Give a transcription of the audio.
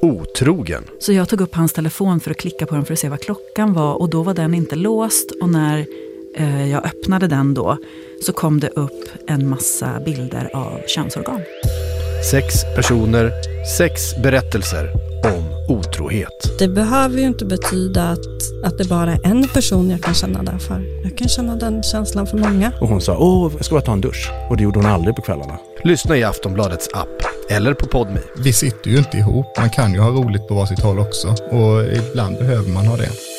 otrogen. Så jag tog upp hans telefon för att klicka på den för att se vad klockan var och då var den inte låst och när eh, jag öppnade den då så kom det upp en massa bilder av könsorgan. Sex personer, sex berättelser om otrohet. Det behöver ju inte betyda att, att det bara är en person jag kan känna det för. Jag kan känna den känslan för många. Och hon sa, åh, jag ska bara ta en dusch. Och det gjorde hon aldrig på kvällarna. Lyssna i Aftonbladets app eller på Podmi. Vi sitter ju inte ihop. Man kan ju ha roligt på varsitt håll också och ibland behöver man ha det.